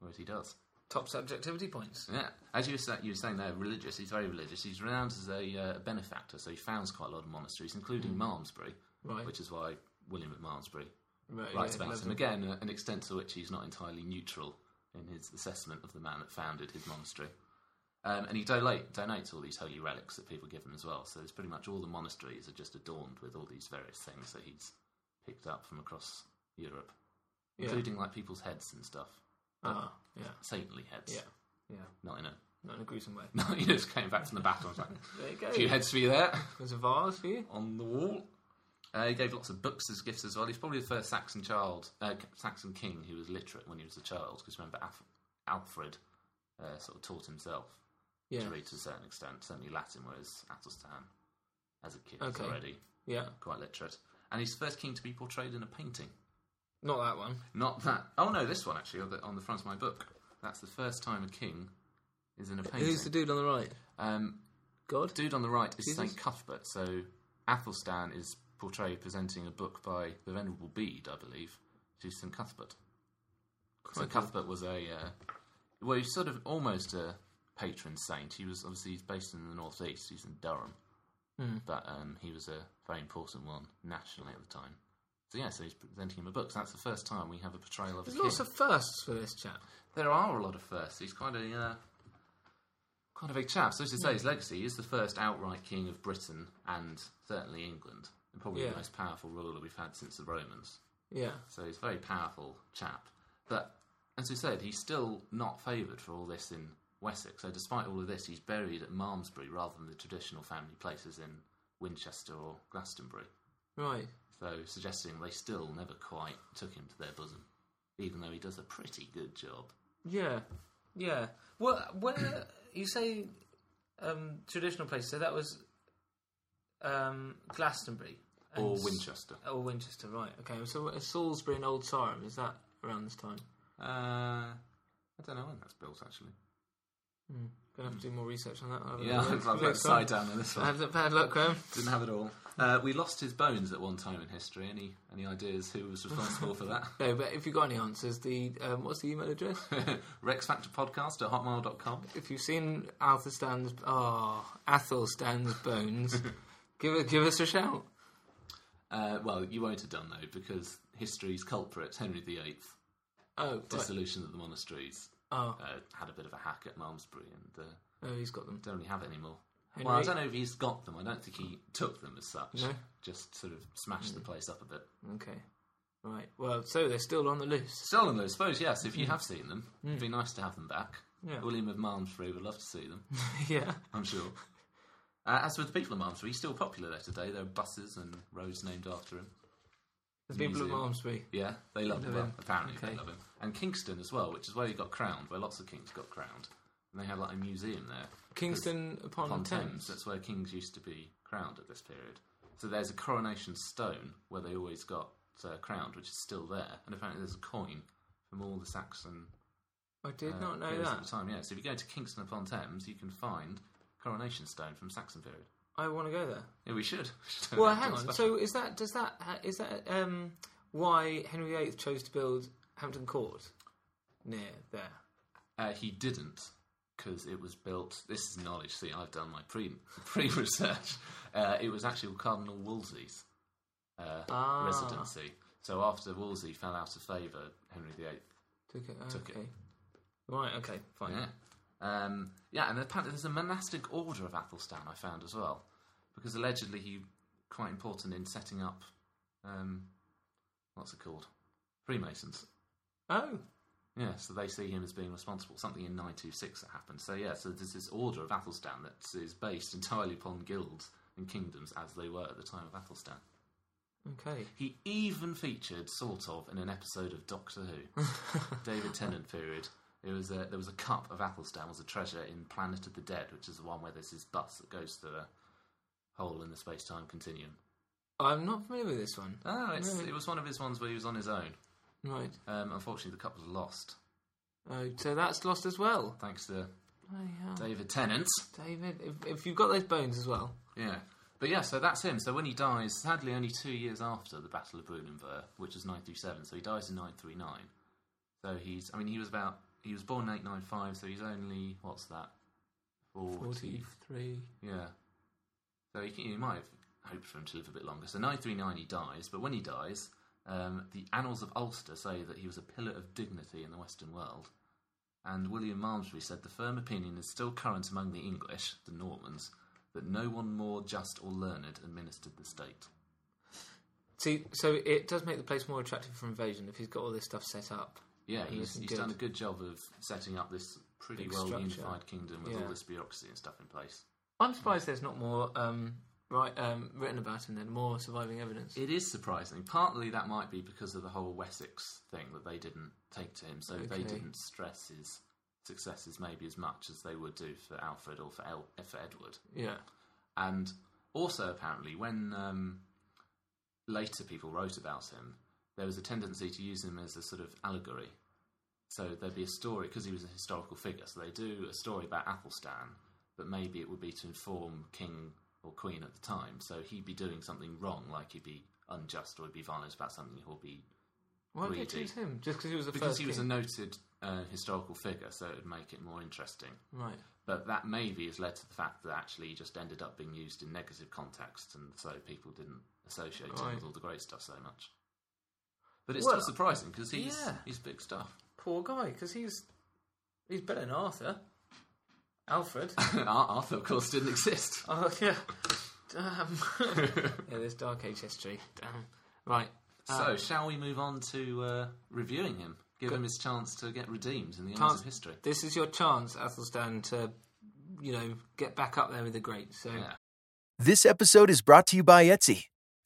Speaker 1: Whereas he does.
Speaker 2: Top subjectivity points.
Speaker 1: Yeah, as you were, sa- you were saying there, religious. He's very religious. He's renowned as a uh, benefactor, so he founds quite a lot of monasteries, including Malmesbury,
Speaker 2: Hmm. Right.
Speaker 1: which is why William at Malmesbury
Speaker 2: Right,
Speaker 1: writes
Speaker 2: yeah,
Speaker 1: about
Speaker 2: loves
Speaker 1: him.
Speaker 2: him.
Speaker 1: Again, uh, an extent to which he's not entirely neutral in his assessment of the man that founded his monastery. Um, and he donate, donates all these holy relics that people give him as well. So it's pretty much all the monasteries are just adorned with all these various things that he's picked up from across Europe,
Speaker 2: Yeah.
Speaker 1: including like people's heads and stuff,
Speaker 2: Ah, yeah,
Speaker 1: saintly heads.
Speaker 2: yeah, yeah.
Speaker 1: Not in a
Speaker 2: Not in a gruesome way.
Speaker 1: no, he just came back from the battle. and was like,
Speaker 2: There you go.
Speaker 1: a few heads for you there
Speaker 2: There's a vase here.
Speaker 1: on the wall. Uh, he gave lots of books as gifts as well. He's probably the first Saxon child, uh, Saxon king who was literate when he was a child. Because remember, Alf- Alfred uh, sort of taught himself
Speaker 2: Yeah.
Speaker 1: to read to a certain extent, certainly Latin, whereas Athelstan, as a kid,
Speaker 2: Okay.
Speaker 1: was already
Speaker 2: Yeah.
Speaker 1: quite literate. And he's the first king to be portrayed in a painting.
Speaker 2: Not that one.
Speaker 1: Not that. Oh no, this one actually on the, on the front of my book. That's the first time a king is in a painting.
Speaker 2: Who's the dude on the right?
Speaker 1: Um,
Speaker 2: God.
Speaker 1: dude on the right is
Speaker 2: Jesus.
Speaker 1: St. Cuthbert. So Athelstan is portrayed presenting a book by the Venerable Bede, I believe, to St. Cuthbert. St. Cuthbert was a, uh, well, he's sort of almost a patron saint. He was obviously he's based in the northeast, he's in Durham.
Speaker 2: Hmm.
Speaker 1: But um, he was a very important one nationally at the time. So yeah, so he's presenting him a book. So that's the first time we have a portrayal of a
Speaker 2: There's
Speaker 1: king.
Speaker 2: lots of firsts for this chap.
Speaker 1: There are a lot of firsts. He's quite a uh, quite a big chap. So as you say, his legacy is the first outright king of Britain and certainly England, and probably
Speaker 2: Yeah.
Speaker 1: the most powerful ruler we've had since the Romans.
Speaker 2: Yeah.
Speaker 1: So he's a very powerful chap. But as we said, he's still not favoured for all this in Wessex. So despite all of this, he's buried at Malmesbury rather than the traditional family places in Winchester or Glastonbury.
Speaker 2: Right.
Speaker 1: So suggesting they still never quite took him to their bosom, even though he does a pretty good job.
Speaker 2: Yeah. Yeah. Well, where you say um, traditional place, so that was um, Glastonbury and
Speaker 1: Or
Speaker 2: s-
Speaker 1: Winchester.
Speaker 2: Or Winchester, right? Okay. So uh, Salisbury and Old Sarum is that around this time?
Speaker 1: Uh, I don't know when that's built actually.
Speaker 2: Gonna have to do more research uh, on Uh, that. I'll have a
Speaker 1: Yeah,
Speaker 2: look.
Speaker 1: I've got that
Speaker 2: Next
Speaker 1: side
Speaker 2: time.
Speaker 1: down on this
Speaker 2: Have
Speaker 1: one.
Speaker 2: the bad luck, Graham.
Speaker 1: Didn't have it all. Uh, we lost his bones at one time in history. Any any ideas who was responsible for that?
Speaker 2: No, but if you've got any answers, the um, what's the email address?
Speaker 1: Podcast at hotmail.com.
Speaker 2: if you've seen Athelstan's oh Athelstan's bones, give it, give us a shout.
Speaker 1: Uh, well, you won't have done though, because history's culprit, Henry VIII,
Speaker 2: Oh, right.
Speaker 1: dissolution of the monasteries,
Speaker 2: oh,
Speaker 1: uh, had a bit of a hack at Malmesbury and uh,
Speaker 2: oh, he's got them.
Speaker 1: don't really have it anymore.
Speaker 2: Henry-
Speaker 1: Well, I don't know if he's got them. I don't think he took them as such.
Speaker 2: No? Hmm.
Speaker 1: Just sort of smashed the place up a bit.
Speaker 2: Okay, right. Well, so they're still on the loose.
Speaker 1: Still on those suppose, yes. If you have seen them, it'd be nice to have them back.
Speaker 2: Hmm. Yeah.
Speaker 1: William of Malmesbury would love to see them,
Speaker 2: yeah,
Speaker 1: I'm sure. Uh, as with the people of Malmesbury, he's still popular there today. There are buses and roads named after him.
Speaker 2: the people of
Speaker 1: Museum.
Speaker 2: Malmesbury.
Speaker 1: Yeah, they love
Speaker 2: Love
Speaker 1: him. Well,
Speaker 2: him.
Speaker 1: apparently
Speaker 2: Okay.
Speaker 1: they love him. And Kingston as well, which is where he got crowned, where lots of kings got crowned. And they have like a museum there.
Speaker 2: Kingston upon,
Speaker 1: on
Speaker 2: Thames.
Speaker 1: Thames, that's where kings used to be crowned at this period. So there's a coronation stone where they always got uh, crowned, which is still there. And apparently there's a coin from all the Saxon
Speaker 2: I did
Speaker 1: uh,
Speaker 2: not know
Speaker 1: periods At
Speaker 2: that.
Speaker 1: the time, yeah. So if you go to Kingston upon Thames, you can find coronation stone from Saxon period.
Speaker 2: I want to go there.
Speaker 1: Yeah, we should. We should do
Speaker 2: Well,
Speaker 1: that
Speaker 2: hang
Speaker 1: as
Speaker 2: on.
Speaker 1: well.
Speaker 2: So is that does that ha- is that um, why Henry VIII chose to build Hampton Court near there?
Speaker 1: uh, he didn't because it was built. This is knowledge. See, I've done my pre pre research. Uh, it was actually Cardinal Wolsey's uh,
Speaker 2: Ah.
Speaker 1: residency. So after Wolsey fell out of favour, Henry VIII
Speaker 2: Took it.
Speaker 1: Took it.
Speaker 2: okay. Right. Okay. Fine.
Speaker 1: Yeah. Um, yeah, and apparently there's a monastic order of Athelstan I found as well, because allegedly he quite important in setting up, um, what's it called, Freemasons.
Speaker 2: Oh.
Speaker 1: Yeah, so they see him as being responsible. Something in 926 that happened. So yeah, so there's this order of Athelstan that is based entirely upon guilds and kingdoms as they were at the time of Athelstan.
Speaker 2: Okay.
Speaker 1: He even featured, sort of, in an episode of Doctor Who, David Tennant period. It was a, there was a cup of Athelstan was a treasure in Planet of the Dead, which is the one where there's this bus that goes through a hole in the space time continuum.
Speaker 2: I'm not familiar with this one.
Speaker 1: Oh, it's,
Speaker 2: Really?
Speaker 1: it was one of his ones where he was on his own.
Speaker 2: Right.
Speaker 1: Um, unfortunately, the cup was lost
Speaker 2: Oh, so that's lost as well.
Speaker 1: thanks to
Speaker 2: Bloody hell.
Speaker 1: David Tennant.
Speaker 2: David, if, if you've got those bones as well.
Speaker 1: Yeah. But yeah, so that's him. So when he dies, sadly only two years after the Battle of Brunanburh, which was 937, so he dies in 939. So he's, I mean, he was about, he was born in 895, so he's only, what's that? 40.
Speaker 2: Forty-three.
Speaker 1: Yeah. So he, can- he might have hoped for him to live a bit longer. So 939 he dies, but when he dies, um, the annals of Ulster say that he was a pillar of dignity in the Western world. And William Malmesbury said the firm opinion is still current among the English, the Normans, that no one more just or learned administered the state.
Speaker 2: See, so it does make the place more attractive for invasion if he's got all this stuff set up.
Speaker 1: Yeah,
Speaker 2: He
Speaker 1: he's,
Speaker 2: isn't
Speaker 1: he's
Speaker 2: good.
Speaker 1: done a good job of setting up this pretty
Speaker 2: Big
Speaker 1: well
Speaker 2: structure.
Speaker 1: unified kingdom with all
Speaker 2: Yeah.
Speaker 1: this bureaucracy and stuff in place.
Speaker 2: I'm surprised there's not more um, right um, written about him. Then more surviving evidence.
Speaker 1: It is surprising. Partly that might be because of the whole Wessex thing that they didn't take to him, so they
Speaker 2: Okay.
Speaker 1: didn't stress his successes maybe as much as they would do for Alfred or for, El- for Edward.
Speaker 2: yeah.
Speaker 1: And also, apparently, when um, later people wrote about him, there was a tendency to use him as a sort of allegory. So there'd be a story, because he was a historical figure, so they do a story about Athelstan, but maybe it would be to inform king or queen at the time. So he'd be doing something wrong, like he'd be unjust or he'd be violent about something, or be.
Speaker 2: Why did they
Speaker 1: Greedy.
Speaker 2: choose him? Just because he was the
Speaker 1: Because
Speaker 2: first.
Speaker 1: he was a
Speaker 2: king?
Speaker 1: noted uh, historical figure, so it would make it more interesting.
Speaker 2: right.
Speaker 1: But that maybe has led to the fact that actually he just ended up being used in negative contexts, and so people didn't associate him
Speaker 2: Right.
Speaker 1: with all the great stuff so much. But it's
Speaker 2: Well,
Speaker 1: still surprising because he's
Speaker 2: yeah.
Speaker 1: he's big stuff.
Speaker 2: Poor guy, because he's he's better than Arthur. Alfred.
Speaker 1: Ar- Arthur, of course, didn't exist.
Speaker 2: oh yeah. Damn. yeah, there's Dark Age history. Damn. Right.
Speaker 1: so,
Speaker 2: um,
Speaker 1: shall we move on to uh, reviewing him? Give
Speaker 2: Go-
Speaker 1: him his chance to get redeemed in the
Speaker 2: Chance-
Speaker 1: annals of history.
Speaker 2: This is your chance, Athelstan, to you know get back up there with the greats. So
Speaker 1: Yeah.
Speaker 3: This episode is brought to you by Etsy.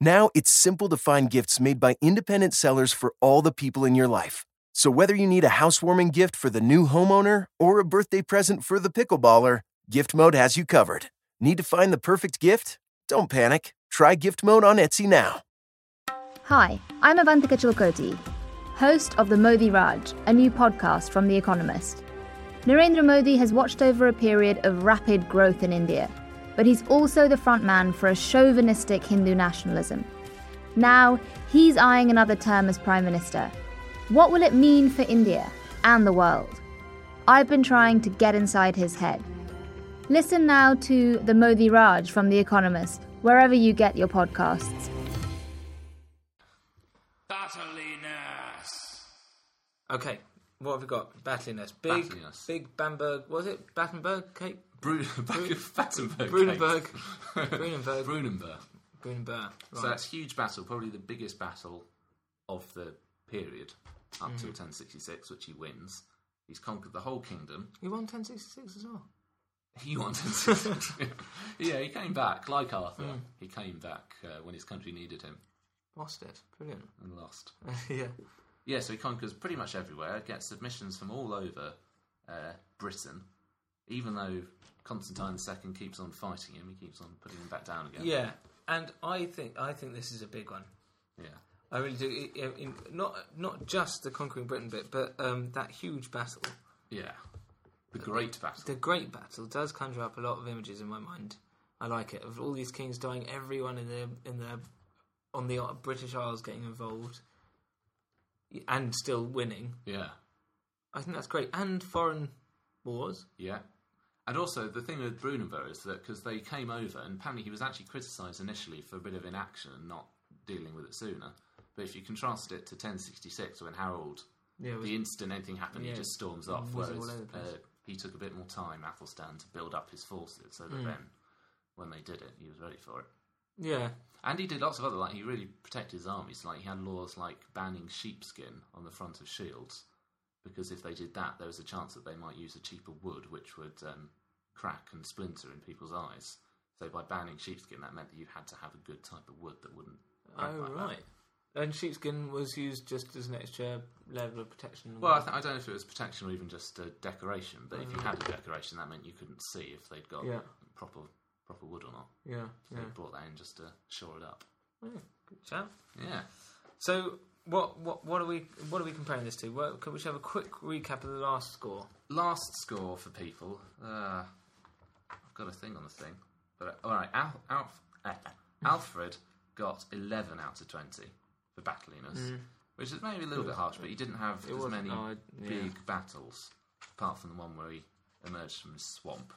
Speaker 3: Now it's simple to find gifts made by independent sellers for all the people in your life. So whether you need a housewarming gift for the new homeowner or a birthday present for the pickleballer, Gift Mode has you covered. Need to find the perfect gift? Don't panic. Try Gift Mode on Etsy now.
Speaker 4: Hi, I'm Avantika Chilkoti, host of The Modi Raj, a new podcast from The Economist. Narendra Modi has watched over a period of rapid growth in India, but he's also the frontman for a chauvinistic Hindu nationalism. Now, he's eyeing another term as Prime Minister. What will it mean for India and the world? I've been trying to get inside his head. Listen now to The Modi Raj from The Economist, wherever you get your podcasts.
Speaker 2: Battliness. Okay, what have we got? Battliness. Big,
Speaker 1: Battliness.
Speaker 2: big Bamberg. Was it Battenberg? Cake?
Speaker 1: Brun- Battenberg.
Speaker 2: Brunenburg.
Speaker 1: Kate.
Speaker 2: Brunenburg.
Speaker 1: Brunenburg.
Speaker 2: Brunenburg.
Speaker 1: So
Speaker 2: Right.
Speaker 1: that's huge battle, probably the biggest battle of the period up
Speaker 2: Mm.
Speaker 1: till 1066, which he wins. He's conquered the whole kingdom.
Speaker 2: he won 1066 as well.
Speaker 1: He wanted to. yeah, he came back like Arthur.
Speaker 2: Hmm.
Speaker 1: He came back uh, when his country needed him
Speaker 2: Lost it. Brilliant.
Speaker 1: and lost.
Speaker 2: yeah.
Speaker 1: Yeah, so he conquers pretty much everywhere. Gets submissions from all over uh, Britain. Even though Constantine II keeps on fighting him, he keeps on putting him back down again.
Speaker 2: Yeah. And I think I think this is a big one.
Speaker 1: yeah,
Speaker 2: I really do. It- it- in- not not just the conquering Britain bit, but um, that huge battle,
Speaker 1: yeah. The Great Battle.
Speaker 2: the Great Battle, does conjure up a lot of images in my mind. I like it. Of all these kings dying, everyone in the in the on the uh, British Isles getting involved, and still winning.
Speaker 1: yeah,
Speaker 2: I think that's great. And foreign wars.
Speaker 1: yeah. And also, the thing with Brunenburg is that because they came over, and apparently he was actually criticised initially for a bit of inaction and not dealing with it sooner. But if you contrast it to 1066, when Harold
Speaker 2: Yeah,
Speaker 1: the instant anything happened,
Speaker 2: Yeah,
Speaker 1: he just storms
Speaker 2: it
Speaker 1: off.
Speaker 2: was all
Speaker 1: Whereas
Speaker 2: over the place.
Speaker 1: uh, he took a bit more time, Athelstan, to build up his forces, so
Speaker 2: Hmm.
Speaker 1: that then when they did it, he was ready for it.
Speaker 2: yeah,
Speaker 1: And he did lots of other like he really protected his armies. Like he had laws like banning sheepskin on the front of shields because if they did that, there was a chance that they might use a cheaper wood, which would um, crack and splinter in people's eyes. So by banning sheepskin, that meant that you had to have a good type of wood that wouldn't. crack
Speaker 2: Oh
Speaker 1: like that.
Speaker 2: right. And sheepskin was used just as an extra level of protection.
Speaker 1: Well, I, th- I don't know if it was protection or even just a decoration, but if you had a decoration, that meant you couldn't see if they'd got
Speaker 2: Yeah.
Speaker 1: proper proper wood or not.
Speaker 2: yeah,
Speaker 1: So
Speaker 2: yeah.
Speaker 1: They brought that in just to shore it up.
Speaker 2: Yeah, Good chat.
Speaker 1: Yeah.
Speaker 2: So what what what are we what are we comparing this to? What, can we just have a quick recap of the last score?
Speaker 1: Last score for people. Uh, I've got a thing on the thing, but uh, all right. Al- Alf- eh, Alfred got eleven out of twenty for battliness, which is maybe a little bit harsh, but he didn't have as
Speaker 2: wasn't-
Speaker 1: many
Speaker 2: no, I- yeah.
Speaker 1: big battles, apart from the one where he emerged from his swamp,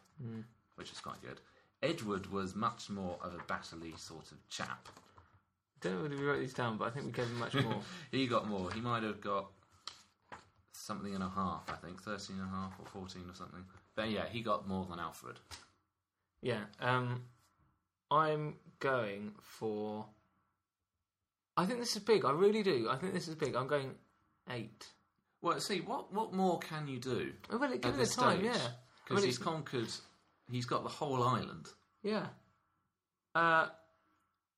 Speaker 1: which was quite good. Edward was much more of a battley sort of chap.
Speaker 2: Don't know whether we wrote these down, but I think we gave him much more.
Speaker 1: He got more. He might have got something and a half, I think, 13 and a half or 14 or something. But yeah, he got more than Alfred.
Speaker 2: yeah. Um, I'm going for. I think this is big. I really do. I think this is big. I'm going eight.
Speaker 1: Well, see, what what more can you do?
Speaker 2: Oh, well, given the time, yeah. I
Speaker 1: Because
Speaker 2: mean, it's-
Speaker 1: he's conquered, he's got the whole island.
Speaker 2: Yeah. Uh,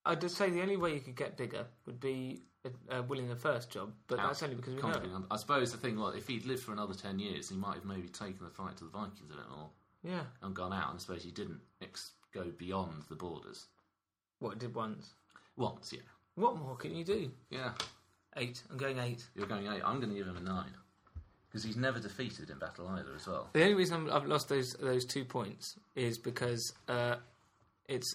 Speaker 2: I'd just say the only way you could get bigger would be a, a William the First job, but
Speaker 1: Out-
Speaker 2: that's only because we know.
Speaker 1: conquering- I suppose the thing was, if he'd lived for another 10 years, he might have maybe taken the fight to the Vikings a bit more
Speaker 2: it. Yeah.
Speaker 1: and gone out, and I suppose he didn't ex- go beyond the borders.
Speaker 2: What it did once.
Speaker 1: Once, yeah.
Speaker 2: What more can you do?
Speaker 1: Yeah.
Speaker 2: Eight. I'm going eight.
Speaker 1: You're going eight. I'm going to give him a nine. Because he's never defeated in battle either, as well.
Speaker 2: The only reason I'm, I've lost those those two points is because uh, it's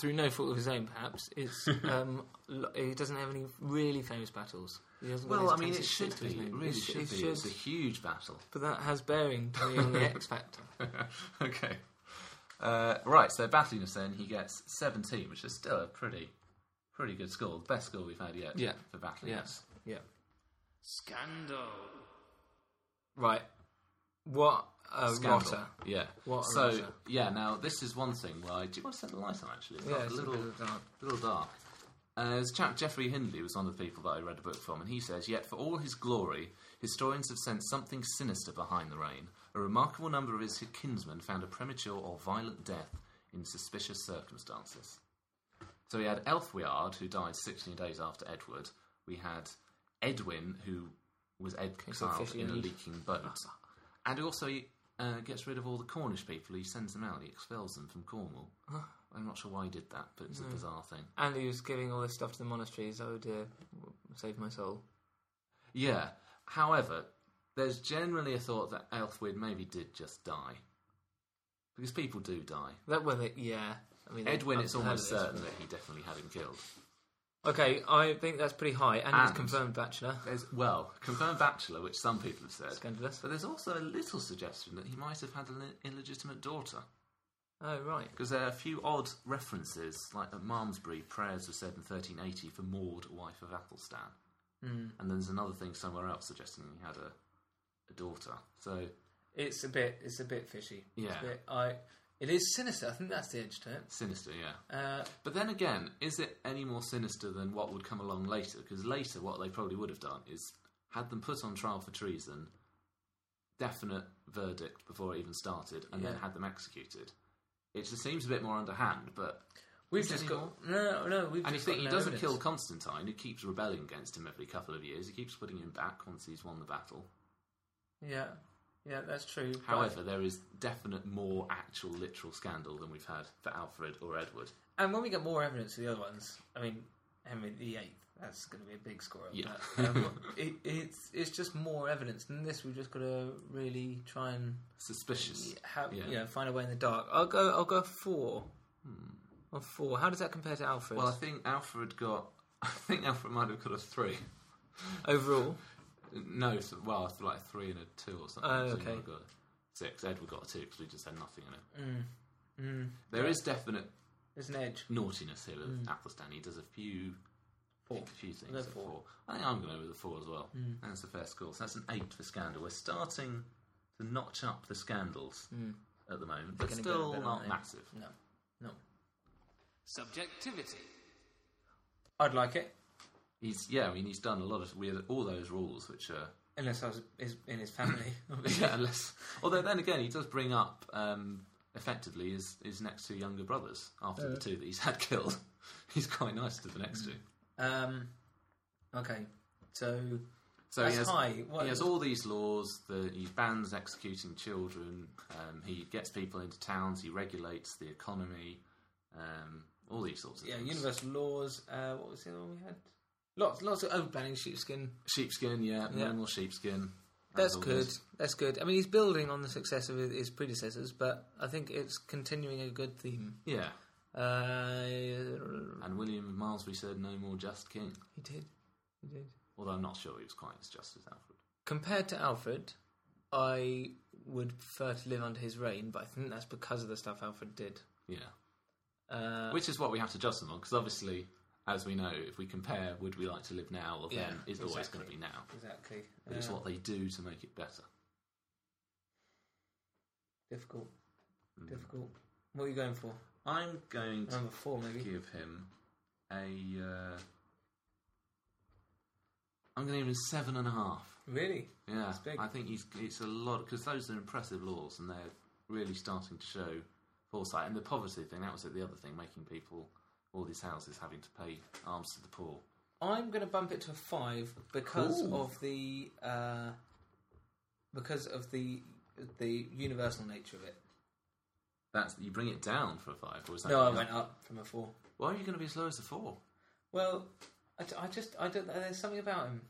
Speaker 2: through no fault of his own, perhaps. It's um, lo- he doesn't have any really famous battles. He hasn't got
Speaker 1: Well, I
Speaker 2: these
Speaker 1: mean, it
Speaker 2: classic
Speaker 1: should
Speaker 2: hits to
Speaker 1: be.
Speaker 2: his
Speaker 1: It
Speaker 2: name.
Speaker 1: really
Speaker 2: sh-
Speaker 1: should be. It's a huge battle.
Speaker 2: But that has bearing to me on the X Factor.
Speaker 1: okay. Uh, right, so battliness then, he gets 17, which is still a pretty pretty good score. The best score we've had yet
Speaker 2: Yeah.
Speaker 1: for battliness.
Speaker 2: Yes. Yeah.
Speaker 1: Scandal.
Speaker 2: Right. What a
Speaker 1: Scandal.
Speaker 2: Oh, rotter.
Speaker 1: Yeah.
Speaker 2: What a
Speaker 1: so,
Speaker 2: rotter.
Speaker 1: yeah, now this is one thing where I. Do you want to set the light on actually? It's
Speaker 2: Yeah,
Speaker 1: got
Speaker 2: it's
Speaker 1: a
Speaker 2: a
Speaker 1: little,
Speaker 2: bit dark.
Speaker 1: little dark. Uh, there's a chap, Geoffrey Hindley, was one of the people that I read a book from, and he says, Yet for all his glory, historians have sensed something sinister behind the reign. A remarkable number of his kinsmen found a premature or violent death in suspicious circumstances. So we had Elfweard, who died 16 days after Edward. We had Edwin, who was exiled
Speaker 2: officially
Speaker 1: in a
Speaker 2: leave.
Speaker 1: leaking boat. And he also uh, gets rid of all the Cornish people. He sends them out. He expels them from Cornwall. I'm not sure why he did that, but it's a bizarre thing.
Speaker 2: And he was giving all this stuff to the monasteries. Oh dear, save my soul.
Speaker 1: Yeah. However, there's generally a thought that Elfwid maybe did just die. Because people do die.
Speaker 2: That was it. Yeah. I mean,
Speaker 1: Edwin,
Speaker 2: I've
Speaker 1: it's
Speaker 2: heard
Speaker 1: almost
Speaker 2: of this.
Speaker 1: certain that he definitely had him killed.
Speaker 2: Okay, I think that's pretty high, and, he's
Speaker 1: And-
Speaker 2: confirmed bachelor.
Speaker 1: There's, well, confirmed bachelor, which some people have said.
Speaker 2: Scandalous.
Speaker 1: But there's also a little suggestion that he might have had an illegitimate daughter.
Speaker 2: Oh right.
Speaker 1: Because there are a few odd references, like at Malmesbury, prayers were said in 1380 for Maud, wife of Athelstan.
Speaker 2: Hmm.
Speaker 1: Mm. And then there's another thing somewhere else suggesting he had a, a daughter. So,
Speaker 2: It's a bit. It's a bit fishy.
Speaker 1: Yeah.
Speaker 2: It's a bit, I. It is sinister. I think that's the edge to it.
Speaker 1: sinister, yeah.
Speaker 2: Uh,
Speaker 1: But then again, is it any more sinister than what would come along later? Because later, what they probably would have done is had them put on trial for treason, definite verdict before it even started, and then
Speaker 2: Yeah.
Speaker 1: had them executed. It just seems a bit more underhand, but.
Speaker 2: we've
Speaker 1: Is
Speaker 2: just
Speaker 1: there any
Speaker 2: got no, no. We've
Speaker 1: And you
Speaker 2: just
Speaker 1: think
Speaker 2: got
Speaker 1: he
Speaker 2: no
Speaker 1: doesn't
Speaker 2: evidence.
Speaker 1: kill Constantine, who keeps rebelling against him every couple of years. He keeps putting him back once he's won the battle.
Speaker 2: Yeah, yeah, that's true. but-
Speaker 1: However, there is definite more actual literal scandal than we've had for Alfred or Edward.
Speaker 2: and when we get more evidence of the other ones, I mean Henry the Eighth, that's going to be a big score. up
Speaker 1: Yeah.
Speaker 2: there. um, it, it's it's just more evidence than this. We've just got to really try and
Speaker 1: Suspicious.
Speaker 2: how,
Speaker 1: Yeah.
Speaker 2: you know find a way in the dark. I'll go. I'll go four. On four. How does that compare to Alfred?
Speaker 1: Well, I think Alfred got. I think Alfred might have got a three.
Speaker 2: overall.
Speaker 1: No, so, well, it's like three and a two or something.
Speaker 2: Oh,
Speaker 1: so he
Speaker 2: okay.
Speaker 1: might have got a six. Edward got a two because we just had nothing in it.
Speaker 2: Mm.
Speaker 1: There is definite
Speaker 2: There's an edge.
Speaker 1: naughtiness here with Athelstan. He does a few, a few things.
Speaker 2: Go
Speaker 1: at
Speaker 2: Mm. four. Mm.
Speaker 1: four. I think I'm going to go with a four as well. That's the fair score. So that's an eight for scandal. We're starting to notch up the scandals at the moment, but
Speaker 2: Mm. gonna
Speaker 1: still
Speaker 2: get a bit
Speaker 1: not
Speaker 2: annoying.
Speaker 1: massive.
Speaker 2: No, no.
Speaker 1: Subjectivity.
Speaker 2: I'd like it
Speaker 1: He's yeah. I mean, he's done a lot of weird. All those rules, which are
Speaker 2: unless I was is in his family.
Speaker 1: yeah, unless. Although then again, he does bring up um, effectively his his next two younger brothers after the two that he's had killed. He's quite nice to the next two.
Speaker 2: um, Okay, so
Speaker 1: So
Speaker 2: That's
Speaker 1: he has,
Speaker 2: high. What
Speaker 1: he has
Speaker 2: is-
Speaker 1: all these laws that he bans executing children. Um, he gets people into towns. He regulates the economy. Um, all these sorts of
Speaker 2: yeah,
Speaker 1: things.
Speaker 2: universal laws. Uh, what was the other one we had? Lots, lots of oh, banning sheepskin.
Speaker 1: Sheepskin, yeah,
Speaker 2: Yeah.
Speaker 1: animal sheepskin.
Speaker 2: That's
Speaker 1: As
Speaker 2: good.
Speaker 1: always.
Speaker 2: That's good. I mean, he's building on the success of his his predecessors, but I think it's continuing a good theme.
Speaker 1: Yeah,
Speaker 2: Uh,
Speaker 1: and William of Miles, we said no more just king.
Speaker 2: he did. He did.
Speaker 1: Although I'm not sure he was quite as just as Alfred.
Speaker 2: Compared to Alfred, I would prefer to live under his reign, but I think that's because of the stuff Alfred did.
Speaker 1: Yeah,
Speaker 2: Uh,
Speaker 1: which is what we have to judge them on, because obviously, as we know, if we compare, would we like to live now or
Speaker 2: Yeah,
Speaker 1: then, it's always
Speaker 2: exactly.
Speaker 1: going to be now.
Speaker 2: exactly.
Speaker 1: But it's
Speaker 2: Uh,
Speaker 1: what they do to make it better.
Speaker 2: difficult.
Speaker 1: Mm.
Speaker 2: Difficult. What are you going for?
Speaker 1: I'm going to
Speaker 2: Number four, maybe.
Speaker 1: give him a. Uh, I'm going to give him seven and a half.
Speaker 2: Really?
Speaker 1: Yeah,
Speaker 2: It's big.
Speaker 1: I think he's it's a lot because those are impressive laws and they're really starting to show foresight. And the poverty thing that was it, the other thing, making people all these houses having to pay alms to the poor.
Speaker 2: I'm going to bump it to a five because
Speaker 1: Ooh.
Speaker 2: of the uh, because of the the universal nature of it.
Speaker 1: That's you bring it down for a five, or is that
Speaker 2: No, I went up from a four.
Speaker 1: Why are you going to be as low as a four?
Speaker 2: Well, I, d- I just I don't. There's something about him.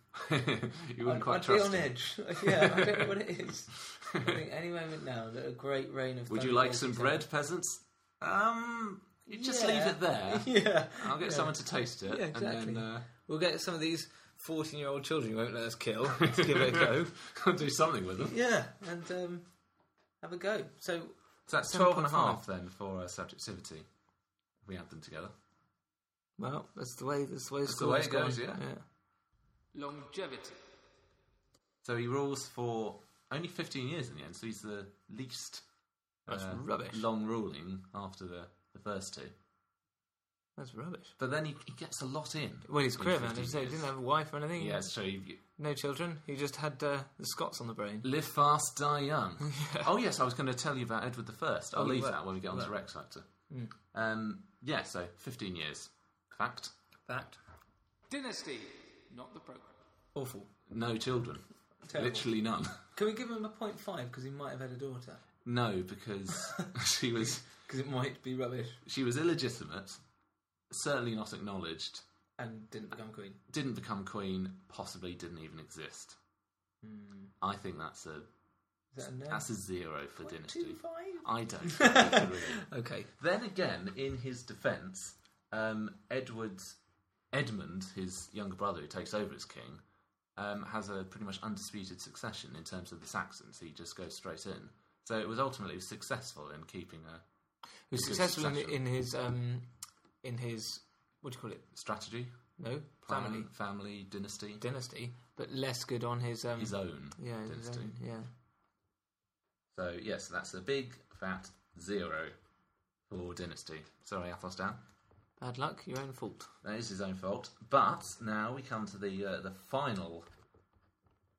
Speaker 1: you wouldn't
Speaker 2: I'd,
Speaker 1: quite
Speaker 2: I'd be
Speaker 1: trust
Speaker 2: on
Speaker 1: him.
Speaker 2: edge. yeah, I don't know what it is. I think any moment now that a great rain of.
Speaker 1: Would you
Speaker 2: thunder
Speaker 1: like
Speaker 2: will
Speaker 1: some
Speaker 2: be
Speaker 1: bread,
Speaker 2: down.
Speaker 1: peasants? Um, you just leave
Speaker 2: Yeah.
Speaker 1: it there.
Speaker 2: Yeah,
Speaker 1: I'll get
Speaker 2: Yeah.
Speaker 1: someone to taste it,
Speaker 2: Yeah,
Speaker 1: and
Speaker 2: exactly.
Speaker 1: then uh,
Speaker 2: We'll get some of these fourteen-year-old children. You won't let us kill. Let's give it a go.
Speaker 1: I'll do something with them.
Speaker 2: Yeah, and um, have a go. So
Speaker 1: So that's 12 and a half then for uh, subjectivity. If we add them together.
Speaker 2: Well, that's the way. That's the way.
Speaker 1: That's the way it goes, yeah.
Speaker 2: Longevity.
Speaker 1: So he rules for only 15 years in the end, so he's the least
Speaker 2: That's
Speaker 1: uh,
Speaker 2: rubbish.
Speaker 1: long ruling after the, the first two.
Speaker 2: That's rubbish.
Speaker 1: But then he, he gets a lot in.
Speaker 2: Well, he's
Speaker 1: in
Speaker 2: career man.
Speaker 1: 15
Speaker 2: He said he
Speaker 1: years.
Speaker 2: didn't have a wife or anything.
Speaker 1: Yeah, so you you
Speaker 2: No children. He just had uh, the Scots on the brain.
Speaker 1: live fast, die young. Oh, yes, I was going to tell you about Edward the First. I'll
Speaker 2: Oh, you
Speaker 1: leave
Speaker 2: were.
Speaker 1: that when we get on to
Speaker 2: Were. Hmm.
Speaker 1: Rex Factor. Um, yeah, so 15 years. Fact.
Speaker 2: Fact.
Speaker 5: Dynasty, not the program.
Speaker 2: Awful.
Speaker 1: No children.
Speaker 2: Terrible.
Speaker 1: Literally none.
Speaker 2: Can we give him a point five because he might have had a daughter?
Speaker 1: No, because she was
Speaker 2: Because it might be rubbish
Speaker 1: she was illegitimate, certainly not acknowledged,
Speaker 2: and didn't become queen.
Speaker 1: didn't become queen, possibly didn't even exist. I think that's a
Speaker 2: Hmm. Is that a no?
Speaker 1: that's a zero for dynasty.
Speaker 2: Two five.
Speaker 1: I don't. think it really.
Speaker 2: Okay.
Speaker 1: Then again, in his defence, um, Edward's Edmund, his younger brother who takes over as king, um, has a pretty much undisputed succession in terms of the Saxons. He just goes straight in. So it was ultimately successful in keeping a
Speaker 2: He was
Speaker 1: Good
Speaker 2: successful in,
Speaker 1: succession.
Speaker 2: in his um, in his what do you call it?
Speaker 1: strategy,
Speaker 2: No
Speaker 1: plan,
Speaker 2: family
Speaker 1: family dynasty,
Speaker 2: dynasty, but less good on his um.
Speaker 1: his own
Speaker 2: yeah, his
Speaker 1: dynasty.
Speaker 2: own, yeah.
Speaker 1: So yes, that's a big fat zero for dynasty. Sorry, Athelstan.
Speaker 2: Bad luck. Your own fault.
Speaker 1: That is his own fault. But now we come to the uh, the final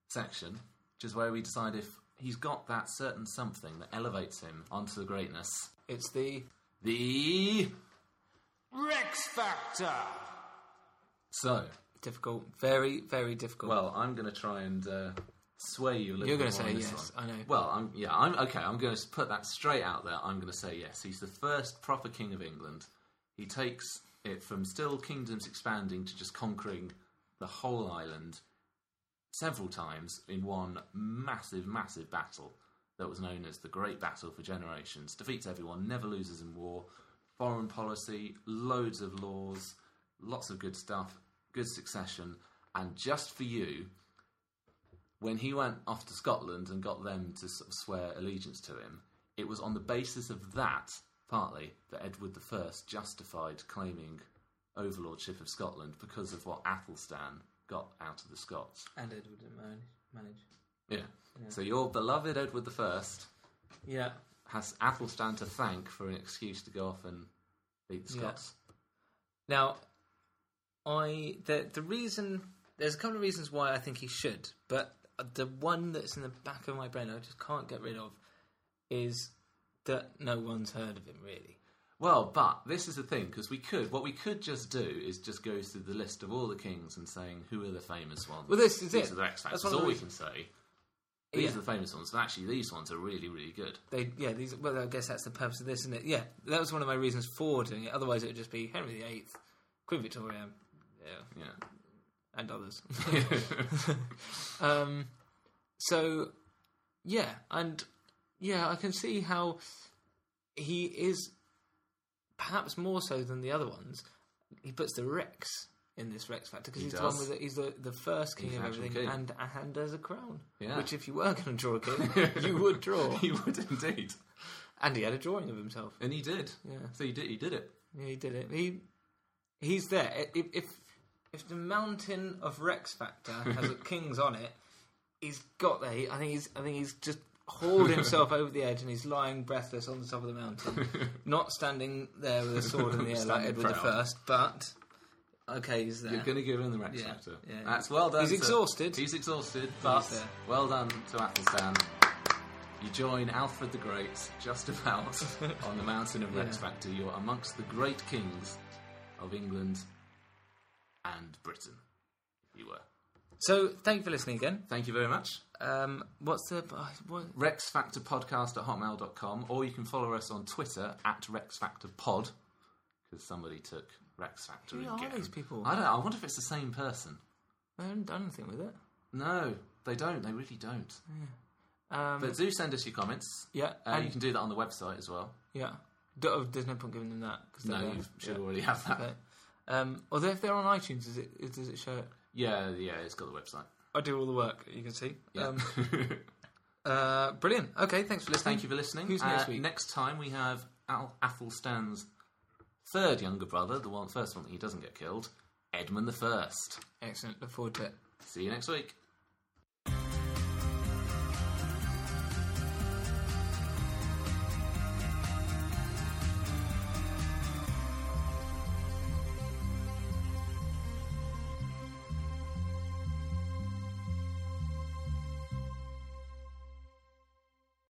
Speaker 1: section, which is where we decide if he's got that certain something that elevates him onto the greatness.
Speaker 2: It's the
Speaker 1: The
Speaker 5: Rex Factor!
Speaker 1: so
Speaker 2: difficult, very, very difficult.
Speaker 1: well, I'm going to try and uh, sway you a little.
Speaker 2: You're gonna
Speaker 1: going to
Speaker 2: say
Speaker 1: on this
Speaker 2: yes,
Speaker 1: one.
Speaker 2: I know.
Speaker 1: Well, I'm yeah. I'm okay. I'm going to put that straight out there. I'm going to say yes. He's the first proper king of England. He takes it from still kingdoms expanding to just conquering the whole island several times in one massive, massive battle that was known as the Great Battle for generations. Defeats everyone, never loses in war. Foreign policy, loads of laws, lots of good stuff, good succession, and just for you, when he went off to Scotland and got them to sort of swear allegiance to him, it was on the basis of that, partly, that Edward I justified claiming overlordship of Scotland because of what Athelstan got out of the Scots.
Speaker 2: and Edward didn't manage. manage.
Speaker 1: Yeah. So your beloved Edward I
Speaker 2: Yeah,
Speaker 1: has Athelstan to thank for an excuse to go off and beat the
Speaker 2: Yeah.
Speaker 1: Scots.
Speaker 2: Now, I the the reason there's a couple of reasons why I think he should, but the one that's in the back of my brain I just can't get rid of is that no one's heard of him really.
Speaker 1: Well, but this is the thing because we could what we could just do is just go through the list of all the kings and saying who are the famous ones.
Speaker 2: Well, this is
Speaker 1: These
Speaker 2: it.
Speaker 1: are the X
Speaker 2: That's
Speaker 1: Factors.
Speaker 2: one of
Speaker 1: All
Speaker 2: the
Speaker 1: we can
Speaker 2: reasons.
Speaker 1: say. These
Speaker 2: Yeah.
Speaker 1: are the famous ones, but actually these ones are really, really good.
Speaker 2: They, yeah, these. Well, I guess that's the purpose of this, isn't it? Yeah, that was one of my reasons for doing it. Otherwise, it would just be Henry VIII, Queen Victoria, yeah,
Speaker 1: Yeah.
Speaker 2: and others. um, so, yeah, and yeah, I can see how he is perhaps more so than the other ones. He puts the Rex in this Rex factor because
Speaker 1: He
Speaker 2: he's the one
Speaker 1: does.
Speaker 2: with the, he's the, the first king
Speaker 1: He's
Speaker 2: of
Speaker 1: an actual
Speaker 2: everything,
Speaker 1: king.
Speaker 2: and and as a crown.
Speaker 1: Yeah.
Speaker 2: Which, if you were going to draw a king, you would draw.
Speaker 1: he would indeed,
Speaker 2: And he had a drawing of himself.
Speaker 1: and he did.
Speaker 2: Yeah.
Speaker 1: So he did. He did it.
Speaker 2: Yeah, he did it. He he's there. If if, if the mountain of Rex Factor has a kings on it, he's got there. He, I think he's I think he's just hauled himself over the edge and he's lying breathless on the top of the mountain, not standing there with a sword in the air like
Speaker 1: Standing
Speaker 2: Edward
Speaker 1: proud.
Speaker 2: the First. But okay, he's there.
Speaker 1: You're going to give him the Rex
Speaker 2: Yeah,
Speaker 1: Factor.
Speaker 2: yeah.
Speaker 1: That's well done.
Speaker 2: He's
Speaker 1: to-
Speaker 2: exhausted. uh,
Speaker 1: He's exhausted, but
Speaker 2: there.
Speaker 1: well done to Athelstan. You join Alfred the Great just about on the mountain of Rex
Speaker 2: Yeah.
Speaker 1: Factor. You're amongst the great kings of England and Britain. You were.
Speaker 2: So thank you for listening again.
Speaker 1: Thank you very much.
Speaker 2: Um, what's the uh, what?
Speaker 1: RexFactorPodcast at hotmail.com, or you can follow us on Twitter at RexFactorPod because somebody took Rex Factor
Speaker 2: Who are
Speaker 1: again.
Speaker 2: these people?
Speaker 1: I don't. I wonder if it's the same person.
Speaker 2: I haven't done anything with it.
Speaker 1: No, they don't. They really don't.
Speaker 2: Um,
Speaker 1: But do send us your comments.
Speaker 2: Yeah,
Speaker 1: uh,
Speaker 2: and-
Speaker 1: you can do that on the website as well.
Speaker 2: yeah, D- oh, there's no point giving them that because
Speaker 1: No, you should already have that.
Speaker 2: Okay. Um, although if they're on iTunes, is it is, does it show? It?
Speaker 1: Yeah, yeah, it's got the website.
Speaker 2: I do all the work. You can see.
Speaker 1: Yeah.
Speaker 2: Um, uh, brilliant. Okay, thanks for listening.
Speaker 1: Thank you for listening.
Speaker 2: Who's
Speaker 1: Uh,
Speaker 2: next week?
Speaker 1: Next time we have Al Athelstan's third younger brother, the one first one that he doesn't get killed, Edmund the First.
Speaker 2: Excellent. Look forward to it.
Speaker 1: See you next week.